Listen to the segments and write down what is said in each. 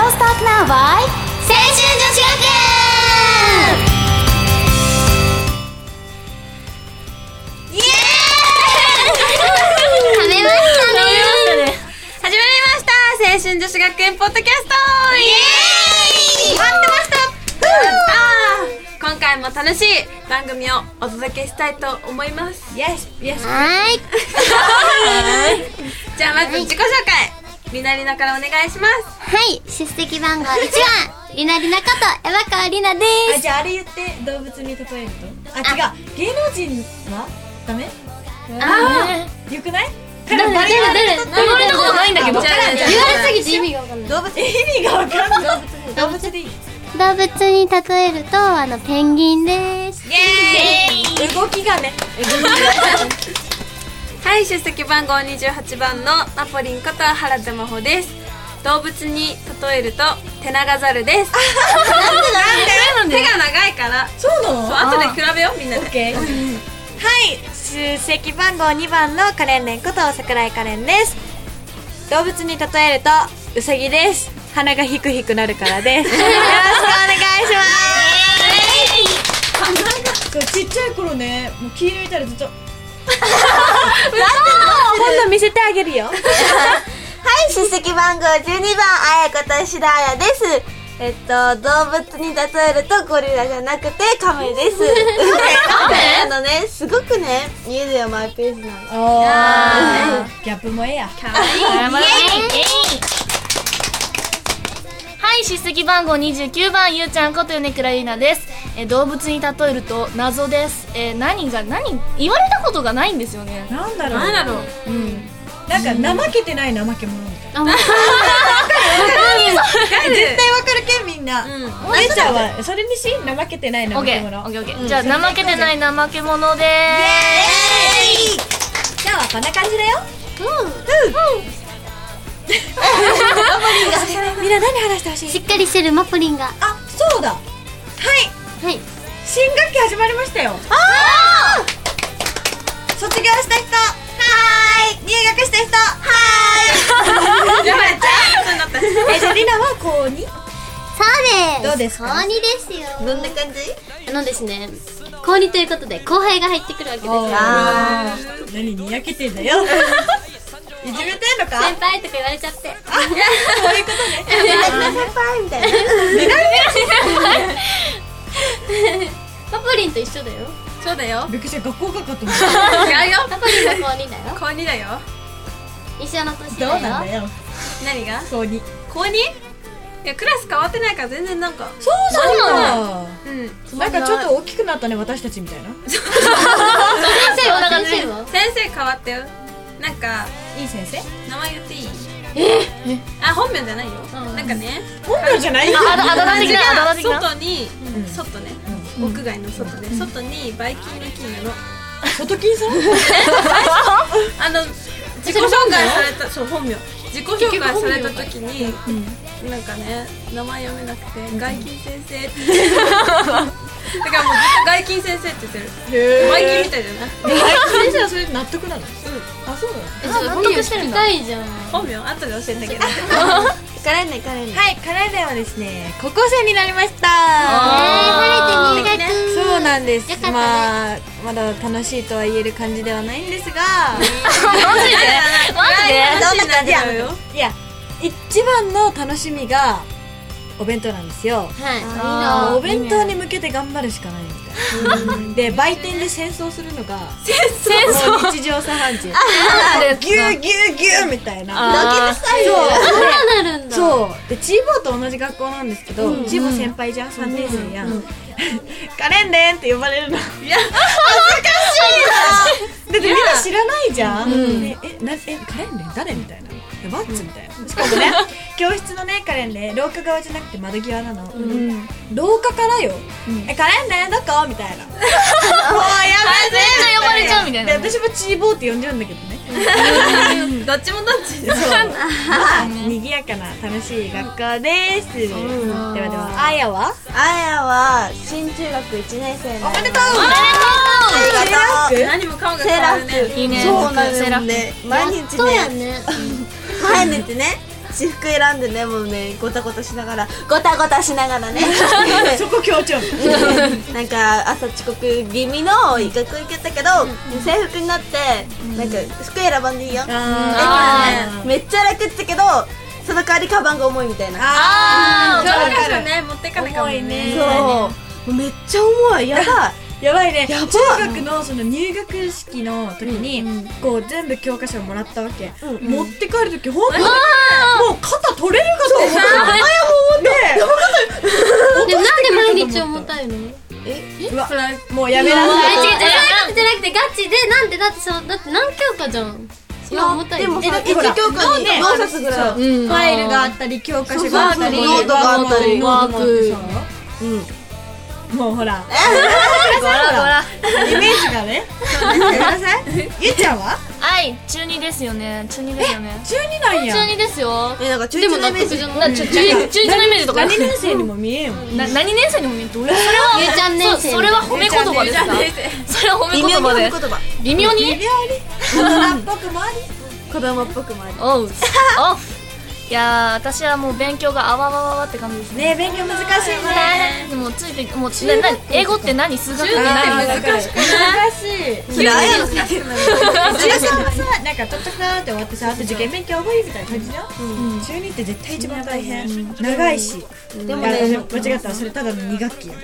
バイ青春女子学園イエーイ食べましたねましたね始まりました青春女子学園ポッドキャストイエーイ待ってましたやったー今回も楽しい番組をお届けしたいと思いますイエスイエスはーいじゃあまず自己紹介みなりなからお願いしますはい出席番号1番りなりなこと山川りなであすじゃああれ言って動物に例えるとあ違う芸能人はダメあよくない誰誰誰名前とかないんだけどじゃあじゃあ言われすぎて意味がわかんない動物意味がわかんない動物でいい動物に例えるとあのペンギンですイエーイ動きがねはい出席番号28番のナポリンこと原田真帆です動物に例えるとテナガザルですなんでなんで 手が長いからそそうなのう後で比べようみんなでケーはい出席番号2番のカレンレンこと桜井カレンです動物に例えるとウサギです鼻がひくひくなるからですよろしくお願いしますちっちゃい頃ねもう気抜いたらずっと 今度見せてあげるよはい、出席番号12番、あやことしだあやです。えっと、動物に例えるとゴリラじゃなくてカメです。あのね、すごくね、家ではマイペースなの。おーギャップもええやはい、出席番号29番、ゆうちゃんこと米倉ゆいなです。えー動物に例えると謎です。えー何が、何、言われたことがないんですよね。なんだろうなんだろうなんか怠けてない怠け者みたいな絶対わかるけんみんな姉ちゃんはそれにし怠けてないオ怠ッケけー、オ者ッケー、オッケー。じゃあ、怠けてない怠け者でー今日はこんな感じだよ うんうんみんな何話してほしいしっかりしてるマポリンがあそうだはいはい新学期始まりましたよ卒業した人はーい入学した人はーい やばいちゃえじゃありなは高2そうですどうですか高2ですよどんな感じあのですね高2ということで後輩が入ってくるわけですよあー何にやけてんだ よいじめてんのか先輩とか言われちゃって先輩みたいな。マポリンと一緒 だよそうだよびっくりした学校かかと思っ違うよマポリンが高2だよ高2だよ一緒の年たどうなだんよだよ何が高2高 2? いやクラス変わってないから全然なんかそうなんだうんなんかちょっと大きくなったね私たちみたいな先生は先生は先生変わったよなんかいい先生名前言っていいえあ本名じゃないよなんかね本名じゃないよあだあだ名的な、あだ名的な。外に外ね屋外の外ね外にバイキングキングの外金さんあの自己紹介されたそう本名自己紹介された時に、なんかね名前読めなくて「外勤先生」ってだからもうずっと外勤先生って言ってるバイキンみたいじゃないえ先生はそれで納得なのあそうなのえちょっと本名聞きたいじゃん本名後で教えてあげるカレンね、カレンね。はいカラレはですね高校生になりましえー、た晴れて入学そうなんですよかったねまあまだ楽しいとは言える感じではないんですがマジでどんな感いじやなのよいや一番の楽しみがお弁当なんですはよいいいもうなお弁当に向けて頑張るしかないみたいなで売店で戦争するのが戦争もう日常茶飯事あるやつギューギューギューみたいなあーそうそうなるんだそうでチーボーと同じ学校なんですけど、チーボー先輩じゃん3年生やん、カレンレンって呼ばれるのいや恥ずかしいなだってみんな知らないじゃん、でえなえカレンレン誰みたいなえワッツみたいな、しかも ね教室のねカレンレン廊下側じゃなくて窓際なの、廊下からよ、えカレンレンどこみたいなもうやめてみんな呼ばれちゃうみたいな。で私もチーボーって呼んじゃうんだけどねどっちもどっちそうまあ賑やかな楽しい学校です、ではではあやはあやは、新中学1年生の。おめでとうありがと何も顔がうセ変わーラるフねいいね。そうなんですセーラね。や毎っ日とやね、ね毎日ね、私服選んでねもうねごたごたしながらごたごたしながらねそこ強調なんか朝遅刻気味の学校行けたけど、制服になって、なんか服選ばんでいいよ、だからねめっちゃ楽っつけどその代わりカバンが重いみたいなあそうわかかもるね持ってかないかも重いねそうもうめっちゃ重いやだやばいねやばい中学のその入学式の時に、こう全部教科書をもらったわけ、うん持って帰る時本当にもう肩取れるかと思ったそうあやでもうもなんで毎日重たいのえ違う思ってうわそれはもうやめなさい違うそういうことじゃなくてガチでなんでだってそうだって何教科じゃんいや重たいでもえさだ一教科にね5冊ぐらい、ファイルがあったり教科書があったりそうそうそうノートがあったりノートもあったりさうんもうほ らごらごらイメージがねやめなさいゆうちゃんははい中二ですよね中二ですよね中二なんや中二ですよえなんか中でも1のイ納メー得じジゃないなちょ中二中二のイメージとか何年生にも見えんよな何年生にも見えどれそれゆうちゃん年は生それは褒め言葉ですかそれは褒め微言妙に葉言で葉微妙微に妙に大人っぽくもあり子供っぽくもあるおうおういやー私はもう勉強があわわわわって感じですねね勉強難しいねでもついてもうなな英語って何数学って何難しくない難しいそれあやの先生中3はさなんかとっとくなーって終わってさあと受験勉強覚えみたいな感じじゃん、中2って絶対一番大変、長いし、でもね間違ったそれただの2学期や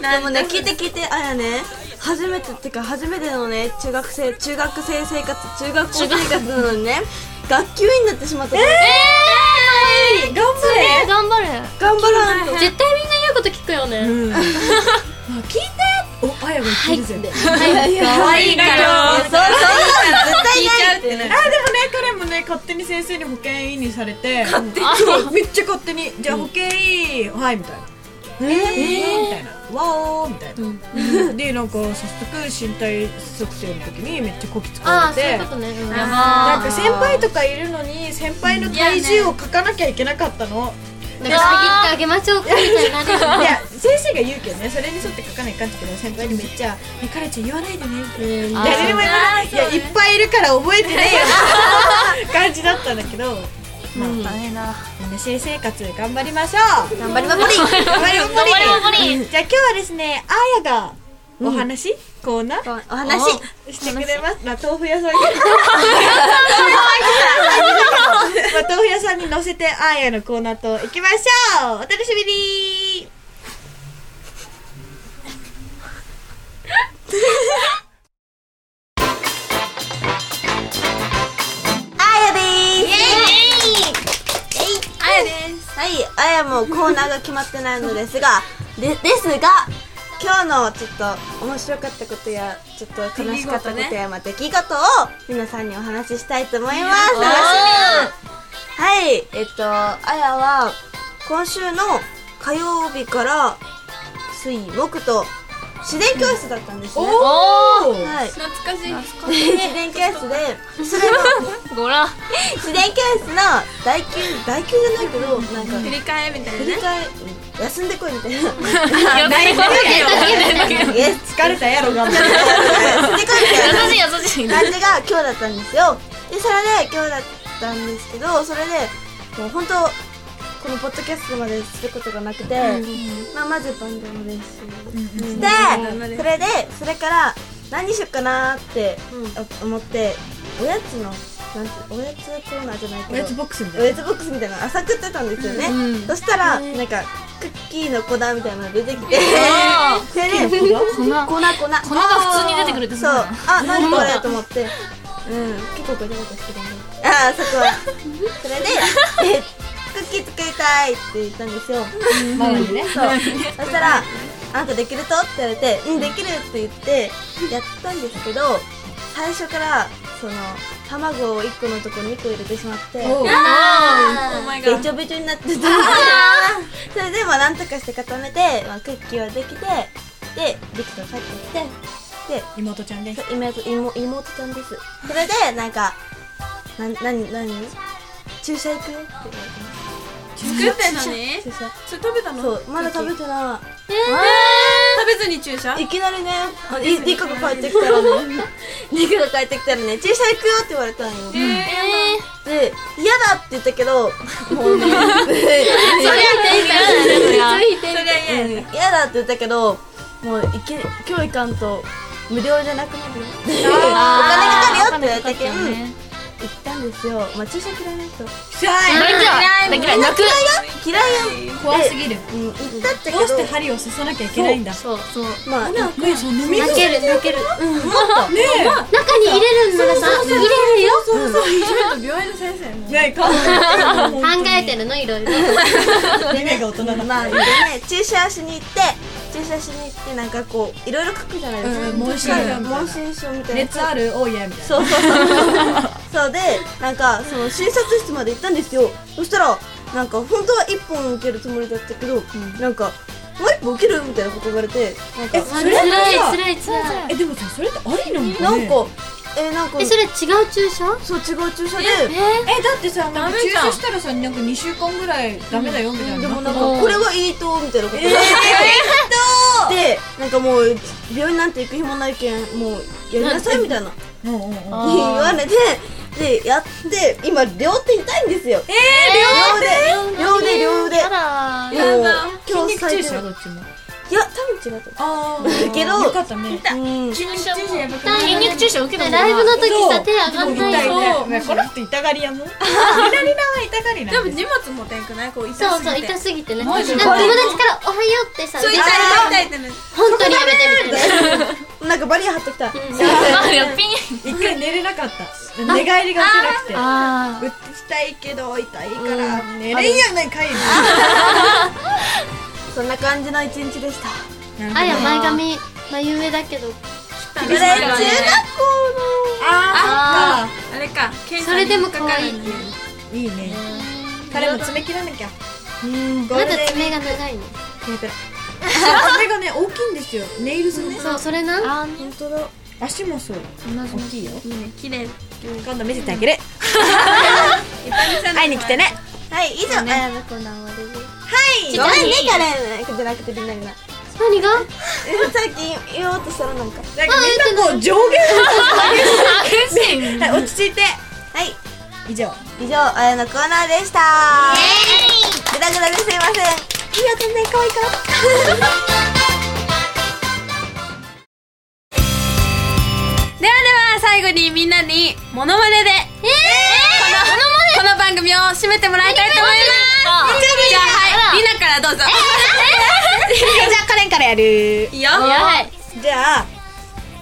でもね聞いて聞いてあやね初めてってか初めてのね中学生中学生生活中学校生活なのにね学級委員になってしまったの、頑張頑張れ頑張らんと絶対みんな言うこと聞くよね、れ、 うん、あ聞いておあやが言ってるぜ、いや可愛いからそうそうそう絶対ないっ てあでもね彼もね勝手に先生に保健委員にされてそうめっちゃ勝手にじゃあ保健委員はいみたいなえー、みたいなわおーみたいな、 でなんか早速身体測定の時にめっちゃこき使あわあれそういてうことね、うんなんか先輩とかいるのに先輩の体重を書かなきゃいけなかったの、なんかちぎってあげましょうかみたいになるよねいや先生が言うけどねそれに沿って書かないかんってけど先輩にめっちゃ「ねカレちゃん言わないでね」って誰にも言わないいやいっぱいいるから覚えてないよみ たいな感じだったんだけどまあ、うん、大変だな生生活頑張りましょう頑張りまくり頑張りまくり頑張りまくりじゃあ今日はですねあーやがお話、コーナーお話してくれます。まあ、豆腐屋さんに。まあ、豆腐屋さんに乗せて、あーやのコーナーと行きましょう。お楽しみに。あやでーすあやですはいあやもコーナーが決まってないのですがでですが今日のちょっと面白かったことやちょっと悲しかったことやまあ出来事を皆さんにお話ししたいと思います楽しみはいえっとあやは今週の火曜日から水木と自然教室だったんですね、おーはい、懐かしい自然教室でそれもごら自然教室の代休代休じゃないけどなんか振り替えみたいな振りね返うん休んでこいみたいなないイエス疲れたや ろ、頑張る。休んでこいみたいな優しい優しい感じが今日だったんですよでそれで今日だったんですけどそれでもう本当このポッドキャストまですることがなくて、まあ、まずバンドの練習しうて、んそれでそれから何しよっかなーって思って、おやつのなんておやつコーナーじゃないけどおやつボックスみたいおな。やつボックスみたいなの朝食ってたんですよね、そしたらなんかクッキーの粉みたいなの出てきてそれで粉粉粉が普通に出てくるってそうあ何これと思ってうん結構ごちゃごちゃしてたねああそこはそれでえ「クッキー作りたい」って言ったんですよママにね。そうそしたら「あんたできると?」って言われて「うんできる」って言ってやったんですけど最初からその卵を1個のとこに2個入れてしまっておうお前べがちょべちょになってたそれでまあなんとかして固めて、まあ、クッキーはできてでできた帰って妹ちゃんできす。てで妹妹妹ちゃんですそれでなんかななになに注射行くよって言われて作ってんのに注射それ食べたのそうまだ食べてな食べずに注射いいきなりねいリカが 帰ってきたらねリカが帰ってきたらね注射行くよって言われたのよえで嫌だって言ったけど、もうねそれは嫌やね嫌だって言ったけど、もういけ、今日行かんと無料じゃなくなるよ。お金かかるよって言われたけん、うん行ったんですよ。まあ注射嫌いな人。大嫌い大嫌い泣く嫌いよ。怖すぎるうん、行ったってけどどうして針を刺さなきゃいけないんだそうそうまあ、ねえそんな水泣ける泣けるうんね中に入れるんならさ入れるよちょっと病院の先生もえねえ顔が考えてるのいろいろ夢が大人だまあ、でね、注射しに行って、注射しに行って、なんかこう、いろいろ書くじゃないですか。うん問診票問診票みたいな。熱ある多いやみたいなそうそうそうそうでなんかその診察室まで行ったんですよそしたらなんか本当は1本受けるつもりだったけど、なんかもう1本受けるみたいなこと言われてなんかえつらいつらいつらいえでもさそれってありなのなんかえなんかえそれ違う注射そう違う注射でええだってさなんかダメ注じゃん射したらさなんか2週間ぐらいダメだよみたいなでもなんかかこれはいいとみたいなこと言われて、でなんかもう病院なんて行く暇ないけんもうやりなさいみたいなうんうんうんあー言われてでやって今両手痛いんですよええ両腕両腕両腕あらもうだ今日筋肉最注低射だどっちもいや多分違うとあ思うけどよかったねうん筋肉注射やばくなないい筋肉注射受けたライブの時そさう手上がんないよ痛いねこの人痛がりやもんリラリラは痛がでりなもんです荷物持てんくないこう痛すそぎてうそう痛すぎてねなんマかジ友で達から「おはよう」ってさそう痛い痛い痛いって本当にやめてみたいななんかバリア張ってきた。やっぴん一回寝れなかった寝返りが打てなくあて打ちたいけど痛いから寝れんやない かいそんな感じの一日でした。あや前髪眉上だけどたこれ中学ああれか検そ査れでにも引っか可かる愛いっていうーいいね彼も爪切らなきゃうんゴまールデだン爪が長いね爪がね大きいんですよネイルズねそうそれなあ本当だ足もそう大きいよいいね綺麗今度見せてあ げる会いに来てねの。はい、以上。やのコーナー終わりではい。ごめんね、カレン。じゃなくてみんなにな。何が えさっき言おうとしたらなんか。なんかみんなこう上下 はい落ち 着いてはい。以上以上、あやのコーナーでした。ぐだぐだですいません。いや、全然可愛かった。ではでは最後にみんなにモノマネで、えこのこの番組を締めてもらいたいと思いますじゃあはいリナからどうぞ、じゃあカレンからやるいいよじゃあ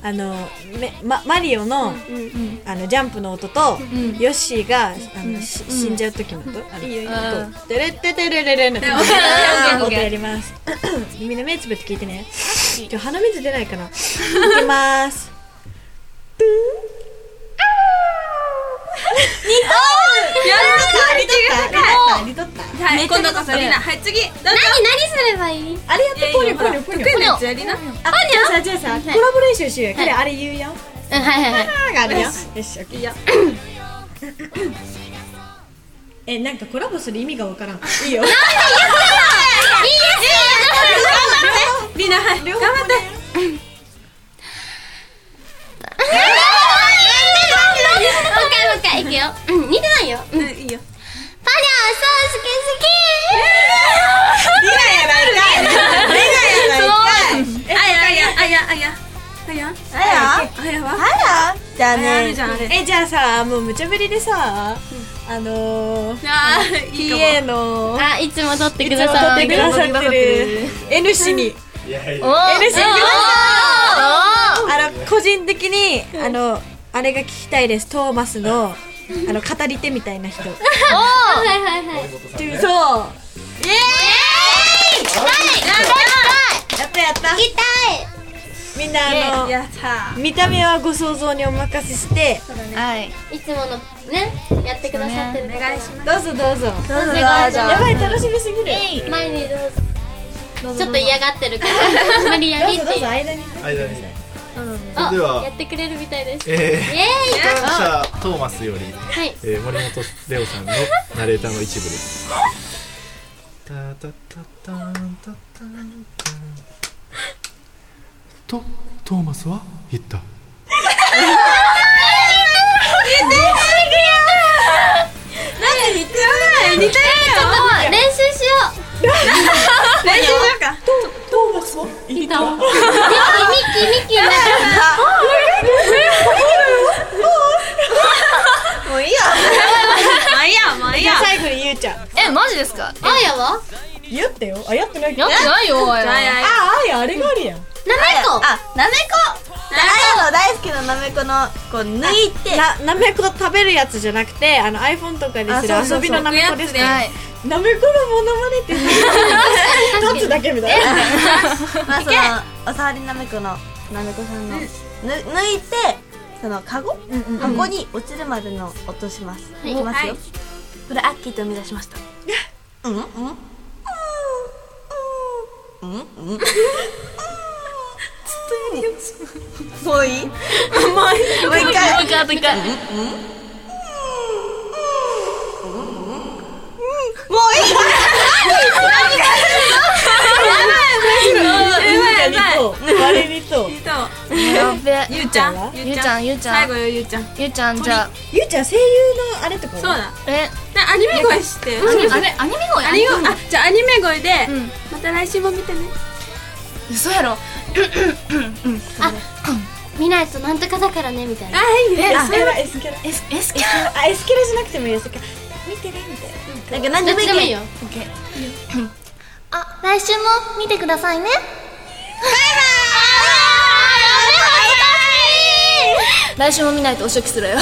あのめまマリオの,、あのジャンプの音と、ヨッシーがあの、し死んじゃう時の音、あの音テレッテテレレレの音やりますみんな目つぶって聞いてね今日鼻水出ないかないきます似とったはい今度こそリナはい次どうぞ何何すればいいあれやってポニョポニョポニョ得意なやつやりなあじゃあさじゃあさコラボレーションしようよ彼あれ言うようんはいはいはいあがあるよよしオッケーいい よえなんかコラボする意味がわからんいいよリナはい頑張ってもう一回もう一回いくようん似てないようんうんいいパニャーよそうすけ好きあやあやあやあやあやあやあやはあらじゃああやあるねじ。ゃんあれえじゃあさもう無茶ぶりでさあのーあーいいかも PA のあいつも撮ってくいつだも撮さっいてくださってる N 氏におー N 氏におあの個人的にあのあれが聞きたいですトーマスのあの語り手みたいな人そうはいはいはいやったやった痛いみんなあのやった見た目はご想像にお任せしてはいいつものねやってくださってるお願いしどうぞどうぞどうぞどうぞ。やばい楽しみすぎるます前にどうぞちょっと嫌がってるから無理やどうりっぞどうてぞ間に間にあそれではやってくれるみたいですイエえーーイ感謝トーマスより、はいえー、森本レオさんのナレーターの一部です。タタタタンタタンタンとトーマスは言った。が最後に言うちゃんえマジですかあやは言ったよあやってないっけやってないよあやああやあれがあるやんなめこあなめこあやの大好きななめこのこう抜いてななめこ食べるやつじゃなくてあの iPhone とかですあそうるそうそう遊びのなめこですねはいなめこのモノマネって 何立つだけみたいなまあそのおさわりなめこのなめこさんのぬ抜いてそのカゴ箱に落ちるまでの落としますいきますよこれアッキーと生み出しましたうんうんうんうんうん うんもういいもう一回もう一回もう一回もういい割りにとやっべゆうちゃんゆうちゃんゆうちゃ最ん後よゆうちゃんゆうちゃんじゃあゆうちゃん声優のあれとかはそうだえなアニメ声してアニメアニメ声アニメあじゃあアニメ声でんまた来週も見てね嘘やろ見ないとなんとかだからねみたいなえそれは S キャラ S S キあ S キャラじゃなくてもいい S キャラ見てねみたいななんかどっ何でもいちいでもいいよあ来週も見てくださいねバイバーイ来週も見ないとお食するよ